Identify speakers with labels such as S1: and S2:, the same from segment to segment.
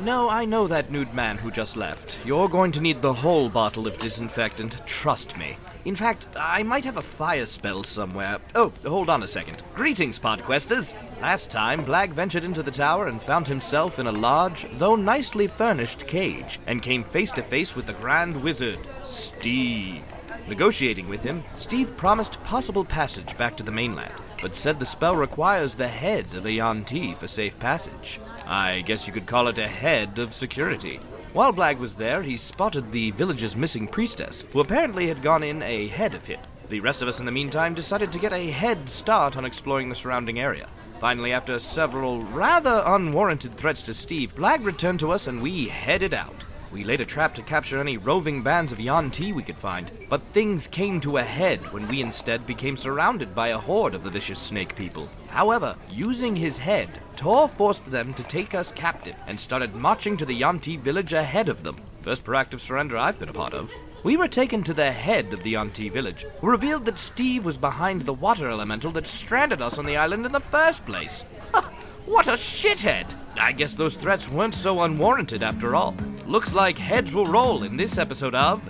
S1: No, I know that nude man who just left. You're going to need the whole bottle of disinfectant, trust me. In fact, I might have a fire spell somewhere. Oh, hold on a second. Greetings, Podquesters! Last time, Blag ventured into the tower and found himself in a large, though nicely furnished cage, and came face to face with the Grand Wizard, Steve. Negotiating with him, Steve promised possible passage back to the mainland, but said the spell requires the head of a Yonti for safe passage. I guess you could call it a head of security. While Blag was there, he spotted the village's missing priestess, who apparently had gone in ahead of him. The rest of us, in the meantime, decided to get a head start on exploring the surrounding area. Finally, after several rather unwarranted threats to Steve, Blag returned to us and we headed out. We laid a trap to capture any roving bands of Yanti we could find, but things came to a head when we instead became surrounded by a horde of the vicious snake people. However, using his head, Tor forced them to take us captive and started marching to the Yanti village ahead of them. First proactive surrender I've been a part of. We were taken to the head of the Yanti village, who revealed that Steve was behind the water elemental that stranded us on the island in the first place. What a shithead! I guess those threats weren't so unwarranted after all. Looks like heads will roll in this episode of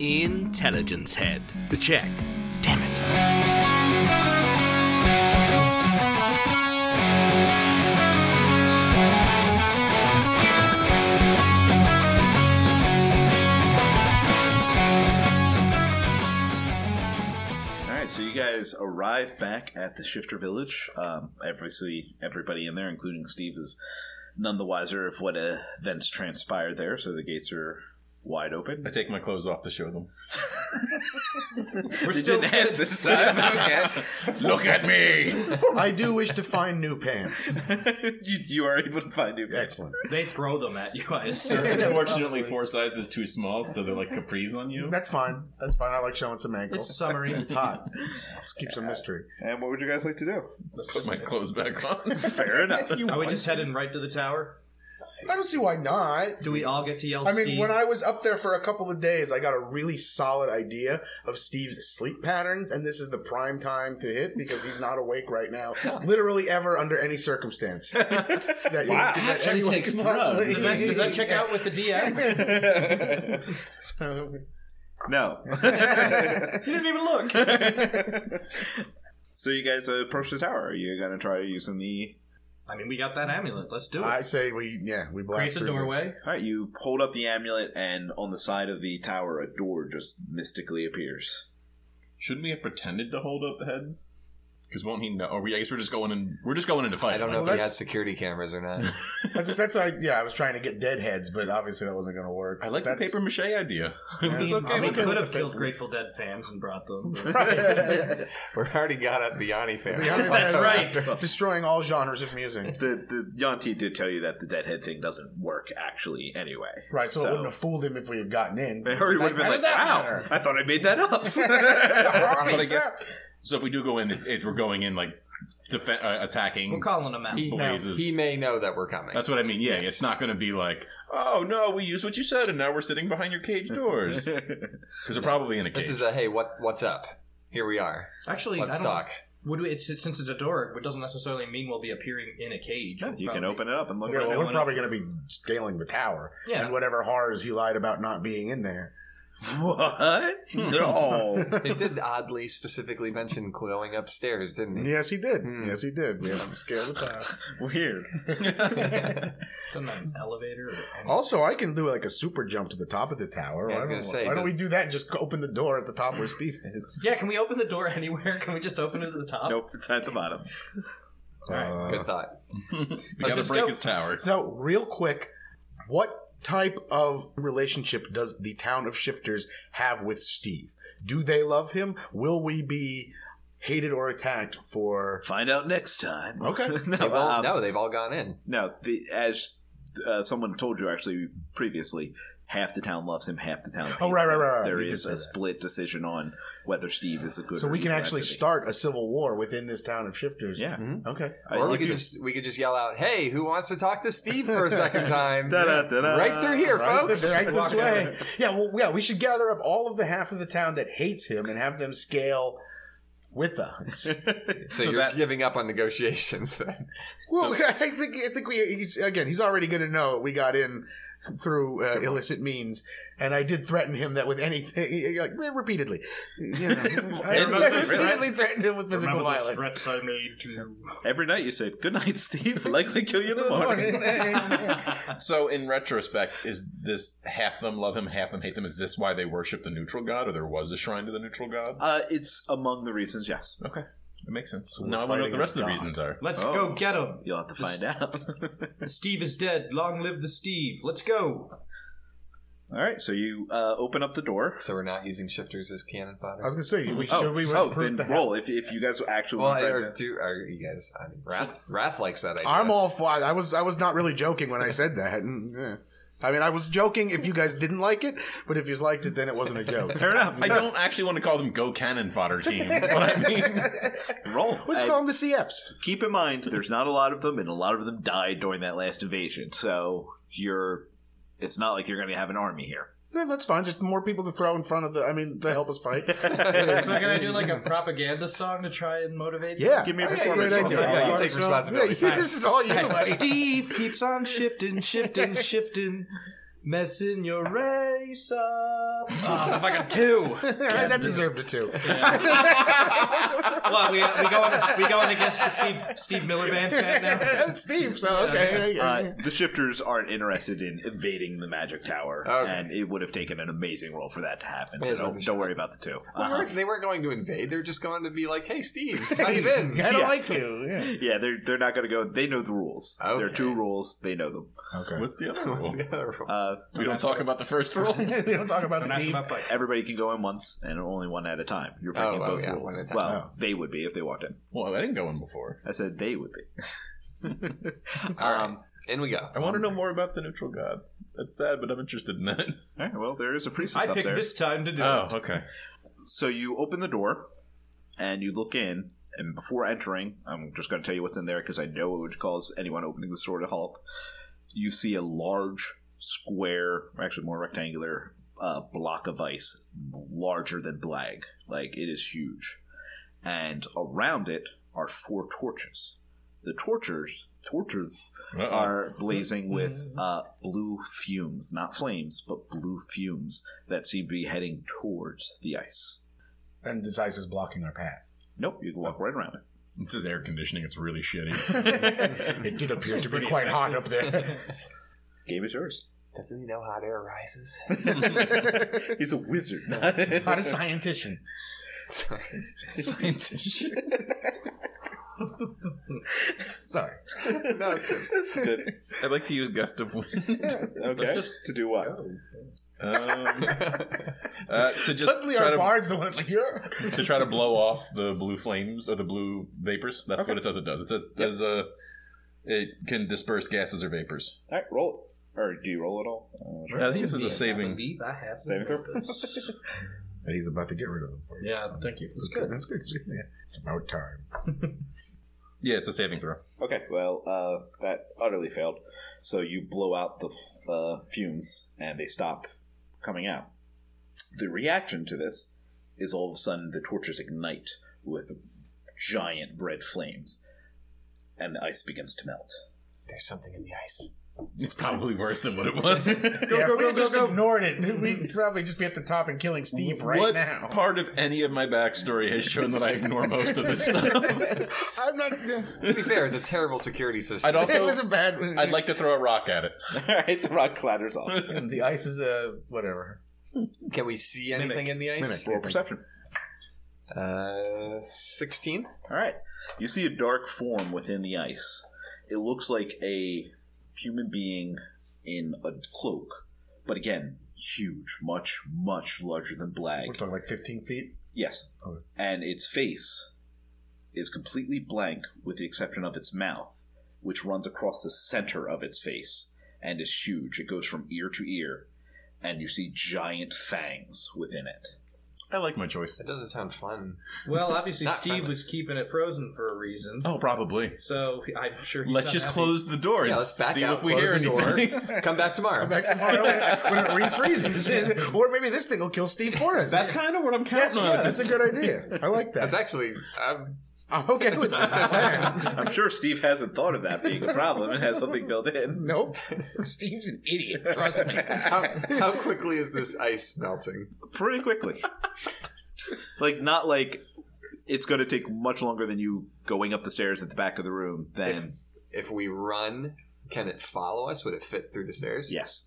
S1: Intelligence Head. The check. Damn it.
S2: All right, so you guys arrive back at the Shifter Village. Um, obviously, everybody in there, including Steve, is none the wiser of what events transpired there. So the gates are wide open.
S3: I take my clothes off to show them.
S2: We're still ask this time.
S3: Look at me!
S4: I do wish to find new pants.
S2: you, you are able to find new pants.
S4: Excellent.
S5: They throw them at you, I assume.
S3: Unfortunately, four sizes too small, so they're like capris on you.
S4: That's fine. That's fine. I like showing some ankles.
S5: it's summery.
S4: It's hot. Let's keep some mystery.
S2: And what would you guys like to do?
S3: Let's put my clothes back on.
S2: Fair enough.
S5: Are we just heading right to the tower?
S4: I don't see why not.
S5: Do we all get to yell
S4: I mean,
S5: Steve?
S4: when I was up there for a couple of days, I got a really solid idea of Steve's sleep patterns, and this is the prime time to hit because he's not awake right now, literally ever under any circumstance. that you, wow, that anyone
S3: takes
S4: could
S3: pride.
S4: possibly-
S5: does, that, does that check out with the DM?
S4: So-
S2: No.
S5: he didn't even look.
S2: so you guys approach the tower. Are you going to try using the.
S5: I mean, we got that amulet. Let's do it.
S4: I say we, yeah, we blast
S5: Crease a
S4: through this.
S5: doorway.
S2: All right, you hold up the amulet, and on the side of the tower, a door just mystically appears.
S3: Shouldn't we have pretended to hold up heads? Because won't he know? Or we, I guess we're just going in. We're just going into fight.
S6: I don't know
S4: Well,
S6: if he
S4: that's-
S6: has security cameras or not.
S4: That's just, that's why, yeah, I was trying to get dead heads, but obviously that wasn't going to work.
S3: I like the
S4: That's-
S3: paper mache idea.
S4: Yeah.
S3: It's okay,
S5: we
S3: we can-
S5: could have killed Grateful Dead fans and brought them.
S6: we already got up the Yanni family.
S4: Yanni
S5: That's
S4: Sorry.
S5: right.
S4: Destroying all genres of music.
S2: The the Yanti did tell you that the deadhead thing doesn't work actually anyway.
S4: Right, so, it wouldn't have fooled him if we had gotten in.
S2: They already would have been
S4: How
S2: like,
S4: did that
S2: "Wow,
S4: matter?"
S2: I thought I made that up."
S3: But I guess- so if we do go in, it, it, we're going in like defe- uh, attacking.
S5: We're calling them out.
S6: He,
S3: Blazes.
S6: he may know that we're coming.
S3: That's what I mean. Yeah, it's not going to be like, oh no, we used what you said, and now we're sitting behind your cage doors because they're probably in a cage.
S6: this is a hey, what what's up? Here we are.
S5: Actually, I
S6: Let's
S5: don't,
S6: talk.
S5: Would we, it's, since it's a door, it doesn't necessarily mean we'll be appearing in a cage.
S2: you can open it up and look.
S4: Yeah, well,
S2: right
S4: we're probably going to be scaling the tower.
S5: Yeah.
S4: And whatever horrors he lied about not being in there.
S2: what? no.
S6: It did oddly specifically mention going upstairs, didn't it?
S4: Yes, he did.
S6: Hmm.
S4: Yes, he did. We have to scale the tower.
S2: Weird.
S5: Doesn't have an elevator. Or anything.
S4: Also, I can do like a super jump to the top of the tower.
S6: Yeah, I was
S4: Why
S6: gonna
S4: don't-
S6: say,
S4: why don't we
S6: does-
S4: do that and just open the door at the top where Steve is?
S5: Yeah, can we open the door anywhere? Can we just open it to the top?
S2: Nope, it's at the bottom.
S4: Uh,
S6: Good thought.
S3: we got to
S5: Let's
S3: break
S5: go.
S3: his tower.
S4: So, real quick, what type of relationship does the town of shifters have with Steve? Do they love him? Will we be hated or attacked for?
S2: Find out next time.
S4: Okay.
S2: no,
S6: They all-
S2: um, no.
S6: no, they've all gone in.
S2: the, as uh, someone told you actually previously, half the town loves him, half the town. Hates
S4: Oh, right, right,
S2: him.
S4: right, right.
S2: There
S4: You did
S2: is
S4: say
S2: a
S4: that.
S2: split decision on whether Steve is a good.
S4: So
S2: or
S4: we can
S2: evil
S4: actually
S2: entity.
S4: start a civil war within this town of shifters.
S2: Yeah.
S4: Okay.
S2: I-
S6: Or we
S2: if
S6: could
S2: you-
S6: just we could just yell out, "Hey, who wants to talk to Steve for a second time?"
S2: Da-da-da-da.
S6: right through here,
S4: Right
S6: folks.
S4: this, right this way. Yeah, well, yeah, we should gather up all of the half of the town that hates him and have them scale with us.
S6: So,
S3: So
S6: you're
S3: that-
S6: giving up on negotiations then.
S4: Well, I think I think we he's, again. He's already going to know we got in through uh, illicit means, and I did threaten him that with anything, like re- repeatedly. You know, I
S2: Remember those
S4: repeatedly threatened him with physical
S5: Remember those
S4: violence.
S5: threats I made to you?
S2: Every night you said, Good night, Steve. Likely kill you in the morning.
S3: So in retrospect, is this half them love him, half them hate them? Is this why they worship the neutral god, or there was a shrine to the neutral god?
S2: Uh, it's among the reasons, yes.
S3: Okay, that makes sense.
S2: we're
S3: now I want to know
S2: fighting
S3: what the rest
S2: a
S3: of the
S2: god.
S3: reasons are.
S5: Let's
S2: Oh.
S5: go get him.
S2: You'll have to find out.
S5: Steve is dead. Long live the Steve. Let's go.
S2: All right, so you uh, open up the door.
S6: So we're not using shifters as cannon fodder.
S4: I was going to say, we,
S2: Oh,
S4: should we
S2: oh
S4: recruit
S2: then
S4: the
S2: roll if, if you guys actually
S6: well,
S2: want to
S6: or do are you guys? I mean, Wrath, Wrath likes that idea.
S4: I'm all for. I was I was not really joking when I said that. Mm, yeah. I mean, I was joking if you guys didn't like it, but if you liked it, then it wasn't a joke.
S2: Fair enough.
S3: I don't actually want to call them Go Cannon Fodder Team, but I mean,
S2: roll.
S4: We'll just
S2: And
S4: call them the CFs.
S2: keep in mind, there's not a lot of them, and a lot of them died during that last invasion. So you're, it's not like you're going to have an army here.
S4: Yeah, that's fine. Just more people to throw in front of the. I mean, to help us fight.
S5: So can I do like a propaganda song to try and motivate? you?
S4: Yeah,
S2: Give me a
S4: I think
S2: performance.
S4: great
S2: Yeah,
S6: yeah,
S4: idea.
S6: you take responsibility.
S4: Yeah, this is all you. buddy.
S5: Steve keeps on shifting, shifting, shifting, messing your race up. Oh, fucking two.
S4: that deserved it too.
S5: Well, uh, we, we going we going against the Steve Steve Miller Band fan now.
S4: That's Steve, so okay.
S2: Uh, the shifters aren't interested in evading the magic tower,
S6: Okay.
S2: and it would have taken an amazing roll for that to happen. So
S6: Yeah, it's worth a
S2: don't,
S6: shot.
S2: don't worry about the two.
S6: They
S2: Uh-huh.
S6: weren't- They weren't going to invade. They were just going to be like, "Hey, Steve, dive in."
S4: I don't
S2: yeah.
S4: like you. Yeah.
S2: Yeah, they're they're not going to go. They know the rules. There are
S6: Okay.
S2: two rules. They know them.
S4: Okay.
S3: what's the other
S6: What's
S3: rule?
S6: the other rule?
S2: Uh,
S3: We don't talk about the first rule.
S4: we don't talk about
S5: Don't ask
S4: Steve.
S5: about fight.
S2: everybody can go in once and only one at a time. You're
S6: Oh,
S2: breaking
S6: oh,
S2: both
S6: yeah,
S2: rules.
S6: one at a time.
S2: Well, they would be if they walked in.
S3: Well, I didn't go in before.
S2: I said they would be. Um,
S6: All right, Um, in we go.
S3: I want to know more about the neutral god. That's sad, but I'm interested in that.
S2: All right. Well, there is a priestess
S5: I
S2: up
S5: picked
S2: there.
S5: this time to do
S3: Oh,
S5: it.
S3: okay.
S2: So you open the door and you look in. And before entering, I'm just going to tell you what's in there because I know it would cause anyone opening this door to halt. You see a large, square, or actually more rectangular, uh, block of ice, larger than Blag. Like it is huge, and around it are four torches. The torches, torches
S3: Uh-oh.
S2: are blazing with uh, blue fumes, not flames, but blue fumes that seem to be heading towards the ice.
S4: And this ice is blocking our path.
S2: Nope, you can walk right around it.
S3: This is air conditioning. It's really shitty.
S4: It did appear to be quite hot up there.
S2: Game is yours.
S6: Doesn't he know hot air rises?
S2: He's a wizard.
S4: Not a scientist.
S3: Scientist.
S4: Sorry.
S6: no, it's good.
S3: I'd like to use gust of wind.
S2: okay. to do what?
S3: Um, uh, to just
S4: Suddenly
S3: try
S4: our
S3: to,
S4: bard's the one that's like, you're.
S3: to try to blow off the blue flames or the blue vapors. That's what it says it does. It says as a it can disperse gases or vapors.
S2: All right, roll it. Or do you roll it all? Uh,
S3: I think this is a saving.
S5: believe I have
S2: Saving throw?
S5: purpose.
S4: He's about to get rid of them for
S5: Yeah, thank you. It's good.
S4: That's good. It's, good. Yeah. it's about time.
S3: Yeah, it's a saving throw.
S2: Okay, well, uh, that utterly failed. So you blow out the f- uh, fumes and they stop coming out. The reaction to this is all of a sudden the torches ignite with giant red flames and the ice begins to melt.
S6: There's something in the ice.
S3: It's probably worse than what it was.
S4: Go, yeah, go, go, just ignored it. We'd probably just be at the top and killing Steve right
S3: what
S4: now.
S3: part of any of my backstory has shown that I ignore most of this stuff?
S4: I'm not.
S6: To be fair, it's a terrible security
S3: I'd
S6: system.
S4: it
S3: also
S4: was a bad.
S3: I'd like to throw a rock at it.
S2: all right, the rock clatters off.
S4: the ice is a whatever.
S6: Can we see anything in the ice?
S2: Roll perception.
S6: Uh, sixteen.
S2: All right. You see a dark form within the ice. It looks like a human being in a cloak, but again, huge, much, much larger than Blag.
S4: We're talking like 15 feet.
S2: Yes.
S4: Okay.
S2: And its face is completely blank with the exception of its mouth, which runs across the center of its face and is huge. It goes from ear to ear, and you see giant fangs within it.
S3: I like my choice.
S6: That doesn't sound fun.
S5: Well, obviously
S6: Not
S5: Steve
S6: friendly.
S5: was keeping it frozen for a reason.
S3: Oh, probably.
S5: So I'm sure. He's
S3: Let's just
S5: unhappy.
S3: close the door and
S6: Yeah, let's back
S3: see
S6: out.
S3: if we
S6: close
S3: hear
S6: the
S3: anything.
S6: door. Come back tomorrow.
S4: Back tomorrow when it refreezes, or maybe this thing will kill Steve for us.
S3: That's kind of what I'm counting on.
S4: yeah, that's a good idea. I like that.
S6: That's actually. um, I'm,
S4: I'm okay with that.
S2: I'm sure Steve hasn't thought of that being a problem and has something built in.
S4: nope. Steve's an idiot. Trust me.
S6: how, how quickly is this ice melting?
S2: Pretty quickly. like, not like it's going to take much longer than you going up the stairs at the back of the room than.
S6: If we run, can it follow us? Would it fit through the stairs?
S2: Yes.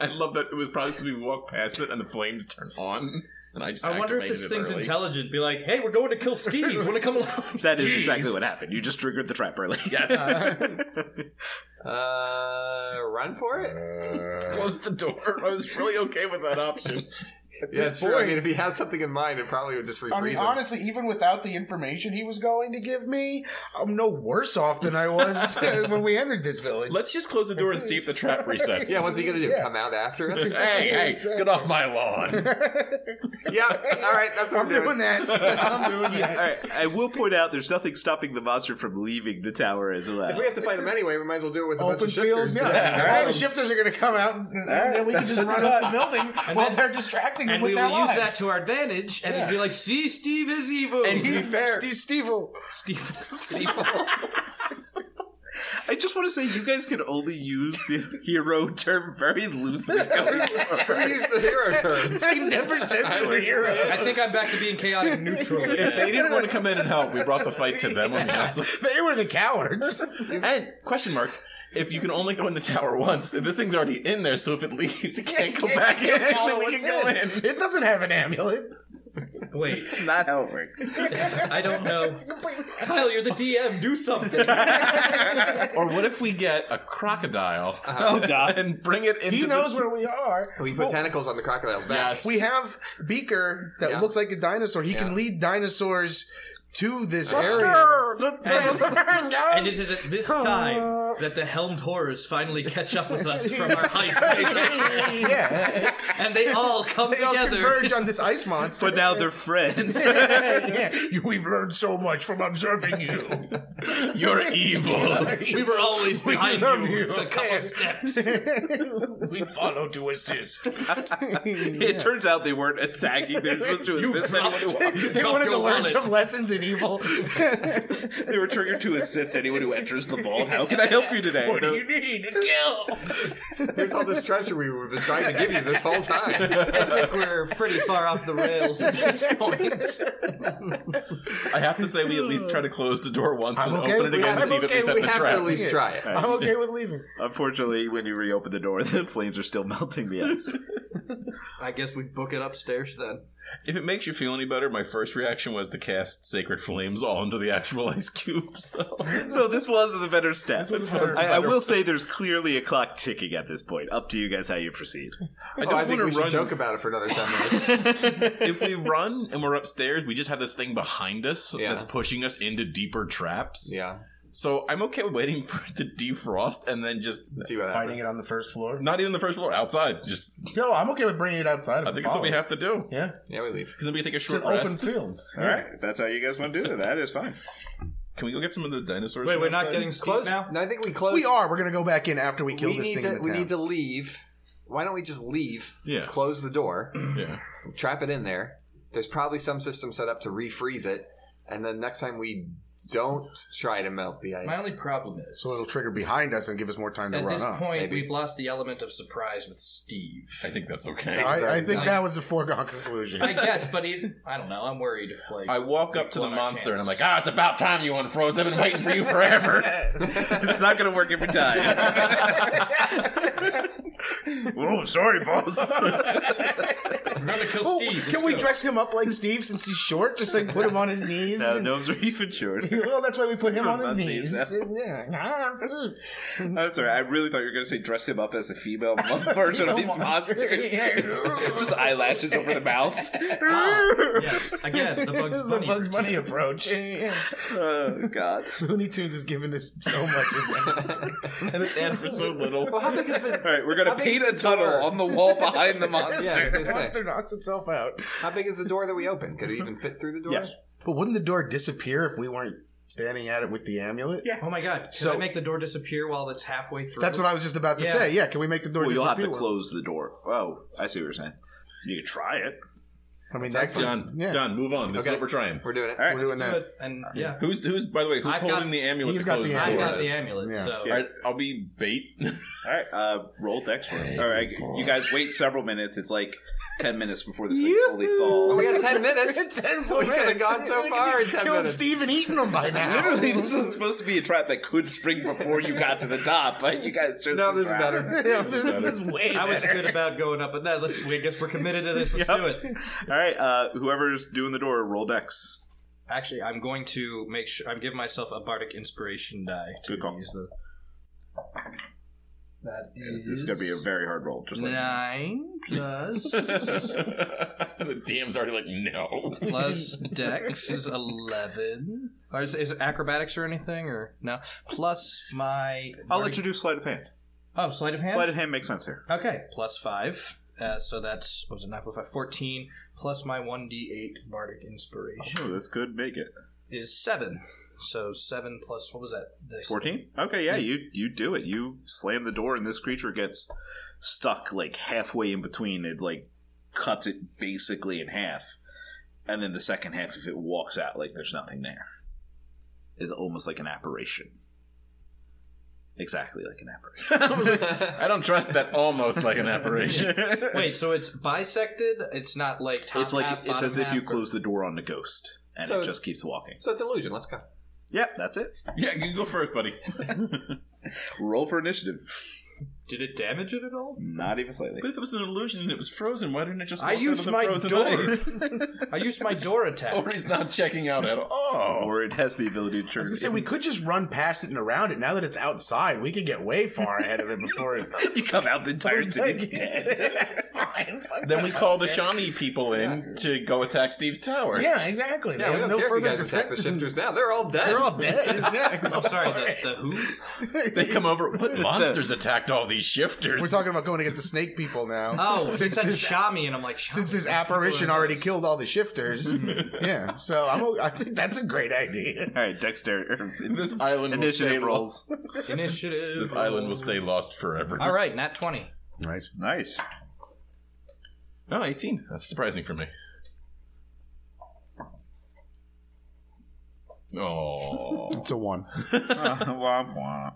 S3: I love that it was probably because we walked past it and the flames turned on. And I just
S5: I wonder if
S3: activated
S5: this
S3: it
S5: thing's
S3: early.
S5: intelligent. Be like, hey, we're going to kill Steve. Want to come along?
S2: That is exactly what happened. You just triggered the trap early. Yes.
S6: Uh, run for it.
S3: Close the door. I was really okay with that option.
S6: Yeah,
S4: this
S6: sure. I
S4: point-
S6: mean, if he has something in mind, it probably would just refreeze
S4: I mean,
S6: him.
S4: honestly, even without the information he was going to give me, I'm no worse off than I was when we entered this village.
S3: Let's just close the door and see if the trap resets.
S6: yeah, what's he gonna do?
S4: Yeah.
S6: Come out after us?
S3: Hey, hey, get off my lawn.
S6: yeah. All right, that's what
S4: I'm
S6: I'm doing.
S4: doing that. I'm doing
S2: All
S4: that.
S2: right. I will point out there's nothing stopping the monster from leaving the tower as well.
S6: If we have to fight him anyway, we might as well do it with a bunch
S4: Open
S6: of shifters.
S4: field. Yeah. All the shifters are going to come out, and, and then we can just run up the building while they're distracting them
S5: And
S4: with
S5: we
S4: their
S5: will use that
S4: lives.
S5: to our advantage. And it'd be like, see, Steve is evil.
S3: And to be fair,
S4: Steve Stevel.
S5: Steve is
S2: I just want to say you guys can only use the hero term very loosely. going forward.
S6: Use the hero turn.
S4: I never said we were heroes.
S5: I think I'm back to being chaotic neutral.
S3: if they didn't want to come in and help, we brought the fight to them on the outside.
S4: They were the cowards.
S3: And question mark. If you can only go in the tower once, this thing's already in there, so if it leaves, it can't go back in. Then we can go in.
S4: It doesn't have an amulet.
S5: Wait,
S2: Not how it works.
S5: I don't know. Kyle, you're the DM. Do something.
S3: Or what if we get a crocodile and bring it into
S4: He knows
S3: the...
S4: where we are.
S6: We put tentacles on the crocodile's back.
S3: Yes.
S4: We have Beaker that
S6: Yeah.
S4: looks like a dinosaur. He
S6: Yeah.
S4: can lead dinosaurs to this area.
S5: And it is at this time that the helmed horrors finally catch up with us from our heist.
S4: yeah.
S5: and they all come
S4: They all
S5: together.
S4: converge on this ice monster.
S2: But now they're friends.
S4: yeah. You- We've learned so much from observing you.
S3: You're evil.
S5: we were always behind
S4: love
S5: you,
S4: you.
S5: a couple steps.
S4: we follow to assist.
S2: It turns out they weren't attacking. They were supposed to assist anyone who walked.
S4: They wanted
S5: your
S4: to learn
S5: wallet.
S4: some lessons in evil.
S2: They were triggered to assist anyone who enters the vault. How can I help you today?
S4: you need to kill.
S6: Here's all this treasure we were trying to give you this whole time.
S5: I think we're pretty far off the rails at this point.
S3: I have to say we at least try to close the door once and
S4: okay
S3: open it
S4: with
S3: again
S4: that.
S3: to see
S4: I'm
S3: if it
S4: okay
S3: resets
S4: with
S3: the
S6: We have to
S3: trap.
S6: at least try it.
S4: I'm okay with leaving.
S2: Unfortunately, when you reopen the door, the flames are still melting the ice.
S5: I guess we book it upstairs then.
S3: If it makes you feel any better, my first reaction was to cast Sacred Flames all into the actual ice cube. So
S2: So this was the better step.
S3: was the
S2: I, I
S3: better-
S2: will say there's clearly a clock ticking at this point. Up to you guys how you proceed.
S3: I don't
S6: Oh, I
S3: want
S6: think
S3: to
S6: we should
S3: run.
S6: joke about it for another ten minutes.
S3: if we run and we're upstairs, we just have this thing behind us
S6: Yeah.
S3: that's pushing us into deeper traps.
S6: Yeah.
S3: So I'm okay with waiting for it to defrost and then just
S6: See what happens.
S4: Finding it on the first floor.
S3: not even the first floor outside. Just
S4: No, I'm okay with bringing it outside.
S3: I think that's what we have to do.
S4: Yeah,
S6: Yeah, we leave.
S3: Because then we take a
S4: it's
S3: short
S4: an open
S3: rest.
S4: field.
S2: All right, if that's how you guys want to do it, that is fine.
S3: Can we go get some of those dinosaurs?
S5: Wait,
S3: from
S5: we're not
S3: outside?
S5: getting close
S6: Close.
S5: now?
S6: No, I think we close.
S4: We are. We're gonna go back in after we kill
S6: We
S4: this
S6: need
S4: thing.
S6: to.
S4: in the
S6: We
S4: town.
S6: need to leave. Why don't we just leave?
S3: Yeah.
S6: Close the door.
S3: Yeah.
S6: trap it in there. There's probably some system set up to refreeze it, and then next time we don't try to melt the ice.
S5: My only problem is
S4: So it'll trigger behind us and give us more time to
S5: at
S4: run
S5: this
S4: up.
S5: point
S6: maybe.
S5: we've lost the element of surprise with Steve.
S3: I think that's okay. I,
S4: I, I think
S5: Sorry.
S4: that was a foregone conclusion.
S5: I guess, but it, I don't know. I'm worried if like
S3: walk up to the
S5: Blown our
S3: monster and I'm
S5: chance.
S3: like, ah, it's about time you unfroze. I've been waiting for you forever.
S2: It's not going to work every time. oh, sorry, boss.
S5: we're gonna kill
S4: Oh,
S5: Steve.
S4: can we dress him up like Steve since he's short? Just like put him on his knees.
S2: no,
S4: and-
S2: gnomes are even short.
S4: Well, that's why we put him on his
S2: on
S4: knees.
S2: these, yeah.
S4: And, yeah, I'm Steve.
S2: I'm sorry. I really thought you were going to say dress him up as a female mon- version of these monsters. Just eyelashes over the mouth.
S5: Yes, again, the Bugs
S4: The
S5: Bunny.
S4: Bugs Bunny approach. Yeah, yeah.
S2: oh God!
S4: Looney Tunes is giving us so much.
S3: and it's asked for so little.
S6: Well, how big is the?
S2: All right, we're gonna
S6: How big is
S2: paint a
S6: the
S2: tunnel
S6: door?
S2: on the wall behind the monster.
S6: Yeah, I was gonna say.
S4: Monster knocks itself out.
S6: How big is the door that we open? Could it even fit through the door?
S2: Yes.
S4: But wouldn't the door disappear if we weren't standing at it with the amulet?
S5: Oh my god! Should
S4: So-
S5: I make the door disappear while it's halfway through?
S4: That's what I was just about to
S5: Yeah.
S4: say. Yeah, can we make the door
S2: Well, you'll have
S4: disappear?
S2: to close the door. Oh, I see what you're saying. You could try it.
S4: I mean,
S6: Sounds
S4: that's
S6: fun.
S3: Done.
S4: Yeah.
S3: Done. Move on. This
S6: Okay.
S3: is what we're trying.
S6: We're doing it.
S2: All right.
S4: We're doing
S5: do
S4: that.
S5: it, and yeah,
S3: Who's who's? By the way, who's
S5: I've got-
S3: holding the amulet
S4: he's
S3: to
S4: got
S3: close
S4: the
S3: the,
S5: I've
S3: door?
S4: amulet.
S5: got the amulet.
S4: Yeah.
S5: So
S3: All right, I'll be bait.
S2: All right. Uh, roll dex for it. All right. You guys wait several minutes. It's like ten minutes before this thing fully
S6: Well, we
S2: falls.
S6: got ten minutes.
S4: Ten
S6: We could have gone so far in ten
S4: Killing
S6: minutes.
S4: Steve and eating him by now.
S2: Literally, this was supposed to be a trap that could spring before you got to the top, but you guys just
S6: No, this is
S2: trapped.
S6: better.
S4: Yeah, this is way
S5: I was
S4: better.
S5: good about going up, but no, let's. I guess we're committed to this. Let's do it.
S2: All right, uh, whoever's doing the door, roll dex.
S5: Actually, I'm going to make sure I'm giving myself a bardic inspiration die to
S2: Good call.
S5: use the. That
S2: This
S5: is,
S2: is going to be a very hard roll. Just like
S5: nine plus
S3: the DM's already like, no.
S5: plus dex is eleven. Or is, is it acrobatics or anything or no? Plus my
S2: I'll let you do sleight of hand.
S5: oh sleight of hand.
S2: Sleight of hand makes sense here.
S5: Okay, plus five. Uh, so that's what was it? Nine plus five, 14, Plus my one d eight bardic inspiration
S2: Oh, this could make it.
S5: is seven. So seven plus what was that? The-
S2: Fourteen. Okay, yeah, you you do it. You slam the door, and this creature gets stuck like halfway in between. It like cuts it basically in half, and then the second half of it walks out like there's nothing there. It's almost like an apparition. Exactly like an apparition.
S3: I, was like, I don't trust that. Almost like an apparition.
S5: Wait, so it's bisected? It's not like top
S2: it's like
S5: half,
S2: it's
S5: bottom
S2: as if you
S5: half,
S2: close the door on the ghost, and
S6: So-
S2: it just keeps walking.
S6: So it's illusion. Let's go.
S2: Yep, that's it.
S3: yeah, you go first, buddy.
S2: Roll for initiative.
S5: or- Did it damage it at all?
S2: Not even slightly.
S3: But if it was an illusion and it was frozen, why didn't it just?
S5: I
S3: walk out
S5: used
S3: of the
S5: my
S3: frozen
S5: door.
S3: ice?
S5: I used my door attack.
S3: or he's not checking out at all.
S2: Or it has the ability to
S4: I
S2: turn.
S4: was gonna say
S2: in-
S4: we could just run past it and around it. Now that it's outside, we could get way far ahead of it before it.
S2: you come out the entire city dead.
S4: Fine, fuck
S3: Then we
S4: that.
S3: call the Shawnee people in to go attack Steve's tower.
S4: Yeah, exactly.
S6: Yeah,
S4: They
S6: we
S4: have
S6: don't care if you guys attack the
S4: defense.
S6: shifters now. They're all dead.
S4: They're all dead. Yeah,
S5: I'm sorry, the, the who?
S3: They come over. What monsters attacked all these shifters?
S4: We're talking about going against the snake people now.
S5: Oh, he
S4: since
S5: said
S4: this,
S5: Shami, and I'm like,
S4: since
S5: Shami,
S4: this
S5: people
S4: apparition
S5: are
S4: already
S5: those.
S4: killed all the shifters. yeah, so I'm. o- I think that's a great idea.
S2: All right, Dexter.
S3: This island will stay
S2: Initiative
S3: rolls.
S2: rolls.
S5: Initiative.
S3: This island will stay lost forever.
S5: All right, nat 20.
S4: Nice.
S2: Nice.
S3: Oh, 18. That's surprising for me. Oh.
S4: It's a one.
S2: womp womp.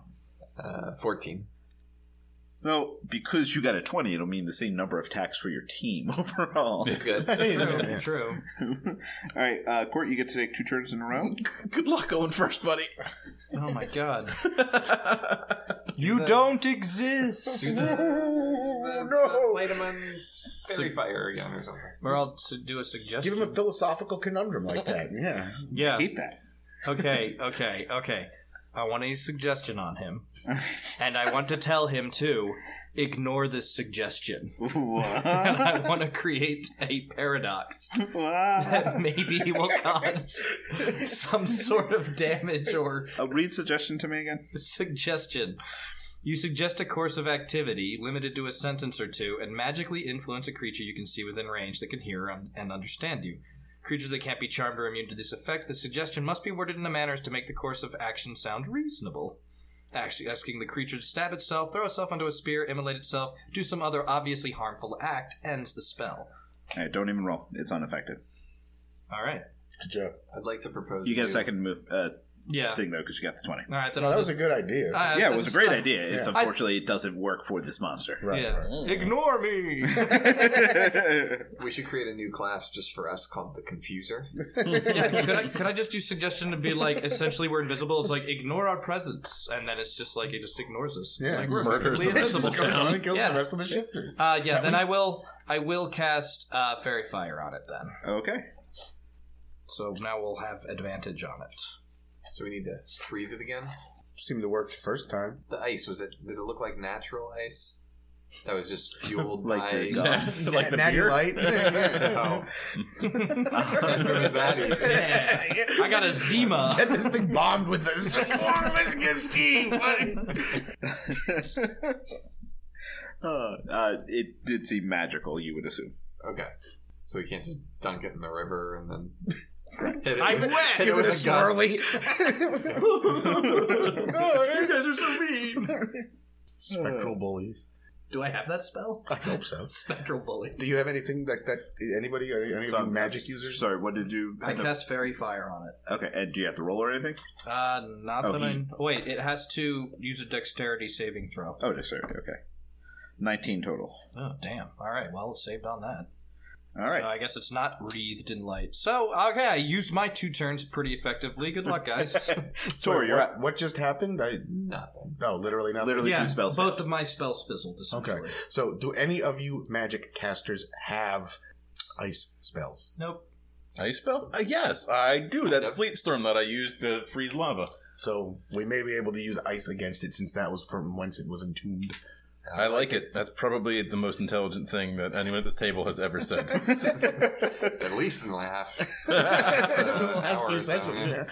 S6: Uh, Fourteen.
S2: No, because you got a 20, it'll mean the same number of attacks for your team overall.
S6: It's good.
S5: True, true.
S2: All right, uh, Court, you get to take two turns in a row.
S3: Good luck going first, buddy.
S5: Oh my god. you don't exist.
S6: no. Light him on fairy fire again or something.
S5: Or I'll su- do a suggestion.
S4: Give him a philosophical conundrum like that. Yeah.
S5: yeah.
S2: Hate that.
S5: Okay, okay, okay. I want a suggestion on him. and I want to tell him to ignore this suggestion. And I want to create a paradox that maybe will cause some sort of damage or
S2: uh, read suggestion to me again.
S5: suggestion. You suggest a course of activity limited to a sentence or two and magically influence a creature you can see within range that can hear un- and understand you. Creatures that can't be charmed or immune to this effect, the suggestion must be worded in a manner as to make the course of action sound reasonable. Actually, asking the creature to stab itself, throw itself onto a spear, immolate itself, do some other obviously harmful act ends the spell.
S2: All right, don't even roll. It's unaffected.
S5: All right.
S4: Good job.
S6: I'd like to propose.
S2: You get a
S6: do-
S2: second move uh,
S5: Yeah. All
S2: thing, though, because you got the 20.
S5: right. Then
S4: No, Oh, that
S5: I'll
S4: was
S5: just,
S4: a good idea.
S5: uh,
S2: Yeah, it was a
S5: that's-
S2: great
S5: uh,
S2: idea. It's
S5: I-
S2: unfortunately it doesn't work for this monster.
S4: right.
S5: Yeah.
S4: right.
S5: Ignore me.
S6: We should create a new class just for us called the Confuser.
S5: yeah, could I, could I just do suggestion to be like essentially we're invisible? It's like ignore our presence, and then it's just like it just ignores us. It's
S4: Yeah.
S5: like we're
S3: Murders
S5: effectively
S3: the rest of the
S5: invisible.
S3: town.
S4: Someone kills
S5: Yeah.
S4: the rest of the shifters.
S5: Uh, yeah, then I will I will cast uh, fairy fire on it then.
S2: Okay.
S5: So now we'll have advantage on it.
S6: So we need to freeze it again.
S4: Seemed to work the first time.
S6: The ice was it? Did it look like natural ice? that was just fueled
S2: Like
S6: by.
S2: the
S6: No,
S2: god.
S3: like the
S4: Natty
S3: beer.
S4: Light.
S6: No. If it was that easy.
S5: I got a Zima.
S4: Get this thing bombed with this. Bombed with this Steve.
S2: Uh, uh, it did seem magical, you would assume.
S6: Okay. So we can't just dunk it in the river and then. hit it
S4: I
S6: with-
S4: wet.
S6: hit
S4: Give it a
S6: with gust.
S4: swirly. oh, you guys are so mean.
S3: Spectral bullies.
S5: Do I have that spell?
S4: I hope so.
S5: Spectral bully.
S4: Do you have anything that that anybody or any of you
S2: Sorry,
S4: magic users?
S2: Sorry, what did you?
S5: I cast fairy fire on it.
S2: okay, and do you have to roll or anything?
S5: Uh, not
S2: Oh,
S5: that
S2: he-
S5: I. Wait, it has to use a dexterity saving throw.
S2: Oh, no, sorry. Okay, nineteen total.
S5: Oh, damn. All right, well, it's saved on that.
S2: All right.
S5: So I guess it's not wreathed in light. So, okay, I used my two turns pretty effectively. Good luck, guys.
S2: Tori, you're
S4: what,
S2: up.
S4: what just happened? I
S6: Nothing.
S4: no, literally nothing.
S2: Literally
S5: yeah,
S2: two spells.
S5: both of my spells fizzled,
S4: Okay.
S5: essentially.
S4: So, do any of you magic casters have ice spells?
S5: Nope.
S3: Ice spell? Uh, yes, I do. That
S6: Yep.
S3: sleet storm that I used to freeze lava.
S4: So we may be able to use ice against it since that was from whence it was entombed.
S3: I like it. That's probably the most intelligent thing that anyone at this table has ever said.
S6: At least in the last.
S4: Last few
S6: hour or so,
S4: sessions,
S6: yeah.
S4: yeah.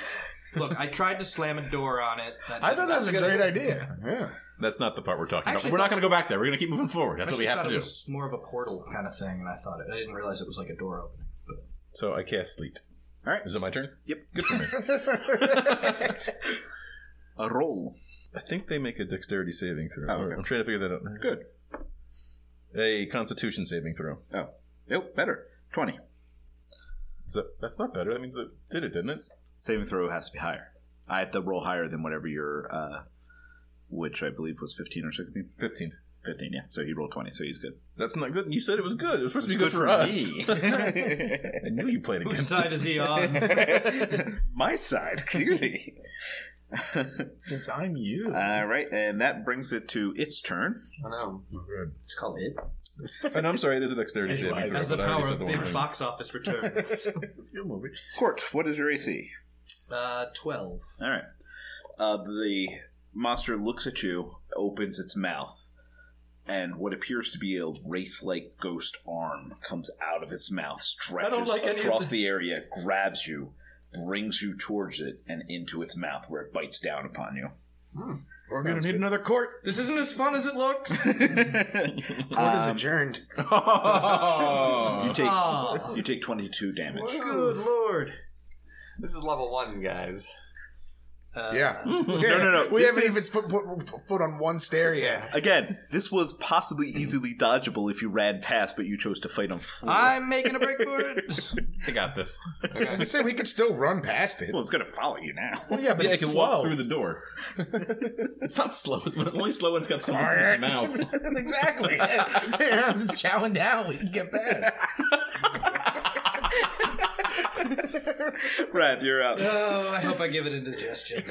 S5: Look, I tried to slam a door on it.
S4: I thought that was a
S5: Actually,
S4: great idea. Yeah.
S3: That's not the part we're talking
S5: Actually,
S3: about. We're not going to go back there. We're going to keep moving forward. That's what we
S5: I
S3: have
S5: thought
S3: to
S5: it
S3: do.
S5: was more of a portal kind of thing, and I thought it. I didn't realize it was like a door opening.
S3: So I cast sleet.
S2: All right.
S3: Is it my turn?
S2: Yep.
S3: Good for me.
S2: a roll.
S3: I think they make a dexterity saving throw.
S2: Oh, okay.
S3: I'm trying to figure that out.
S2: Good.
S3: A constitution saving throw.
S2: Oh, nope. Better. Twenty.
S3: So that's not better. That means it did it, didn't it?
S2: Saving throw has to be higher. I have to roll higher than whatever your, uh, which I believe was fifteen or sixteen.
S3: 15.
S2: Fifteen. Yeah. So he rolled twenty. So he's good.
S3: That's not good. You said it was good. It was supposed to be good,
S2: It's
S3: for, us.
S2: me.
S3: I knew you played
S5: Whose
S3: against
S5: side
S3: us.
S5: is he on?
S2: My side, clearly.
S4: Since I'm you.
S2: All right, and that brings it to its turn.
S6: I know.
S5: it's called it.
S3: And I'm sorry, it is a dexterity saving
S4: Anyways,
S3: throw.
S5: As the
S3: but I already
S5: power
S3: said
S5: of
S3: the wrong
S5: big
S3: thing.
S5: box office returns.
S4: It's your movie.
S2: Court, what is your AC?
S5: uh, twelve.
S2: All right. Uh, the monster looks at you, opens its mouth, and what appears to be a wraith-like ghost arm comes out of its mouth, stretches
S5: like any of
S2: across
S5: this.
S2: the area, grabs you, brings you towards it, and into its mouth, where it bites down upon you.
S4: We're gonna need another court.
S5: This isn't as fun as it looks.
S4: Court is
S2: Um,
S4: adjourned.
S2: you take
S5: Ah,
S2: you take twenty-two damage.
S5: good lord.
S6: This is level one, guys.
S5: Uh,
S4: yeah.
S2: No, no, no.
S4: We
S2: This
S4: haven't
S2: is-
S4: even put, put foot on one stair yet.
S2: Again, this was possibly easily dodgeable if you ran past, but you chose to fight on floor.
S5: I'm making a break for it.
S3: I got this.
S4: I say we could still run past it.
S2: well, it's gonna follow you now.
S4: Well, yeah, but
S3: yeah, I
S4: it's
S3: can
S4: slow.
S3: walk through the door. it's not slow. It's it's only slow when it's got something in its mouth.
S4: exactly. yeah, it's chowing down. We can get past.
S2: Brad, you're up.
S4: Uh,
S5: Oh, I hope I give it indigestion.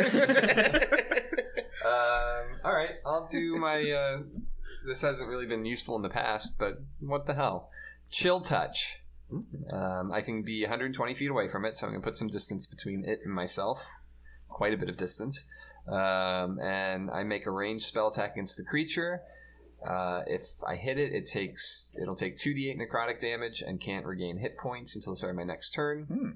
S6: Um, all right, I'll do my. Uh, this hasn't really been useful in the past, but what the hell? Chill touch.
S2: Mm-hmm.
S6: Um, I can be 120 feet away from it, so I'm going to put some distance between it and myself. Quite a bit of distance. Um, and I make a ranged spell attack against the creature. Uh, if I hit it, it takes it'll take 2d8 necrotic damage and can't regain hit points until the start of my next turn.
S2: Hmm.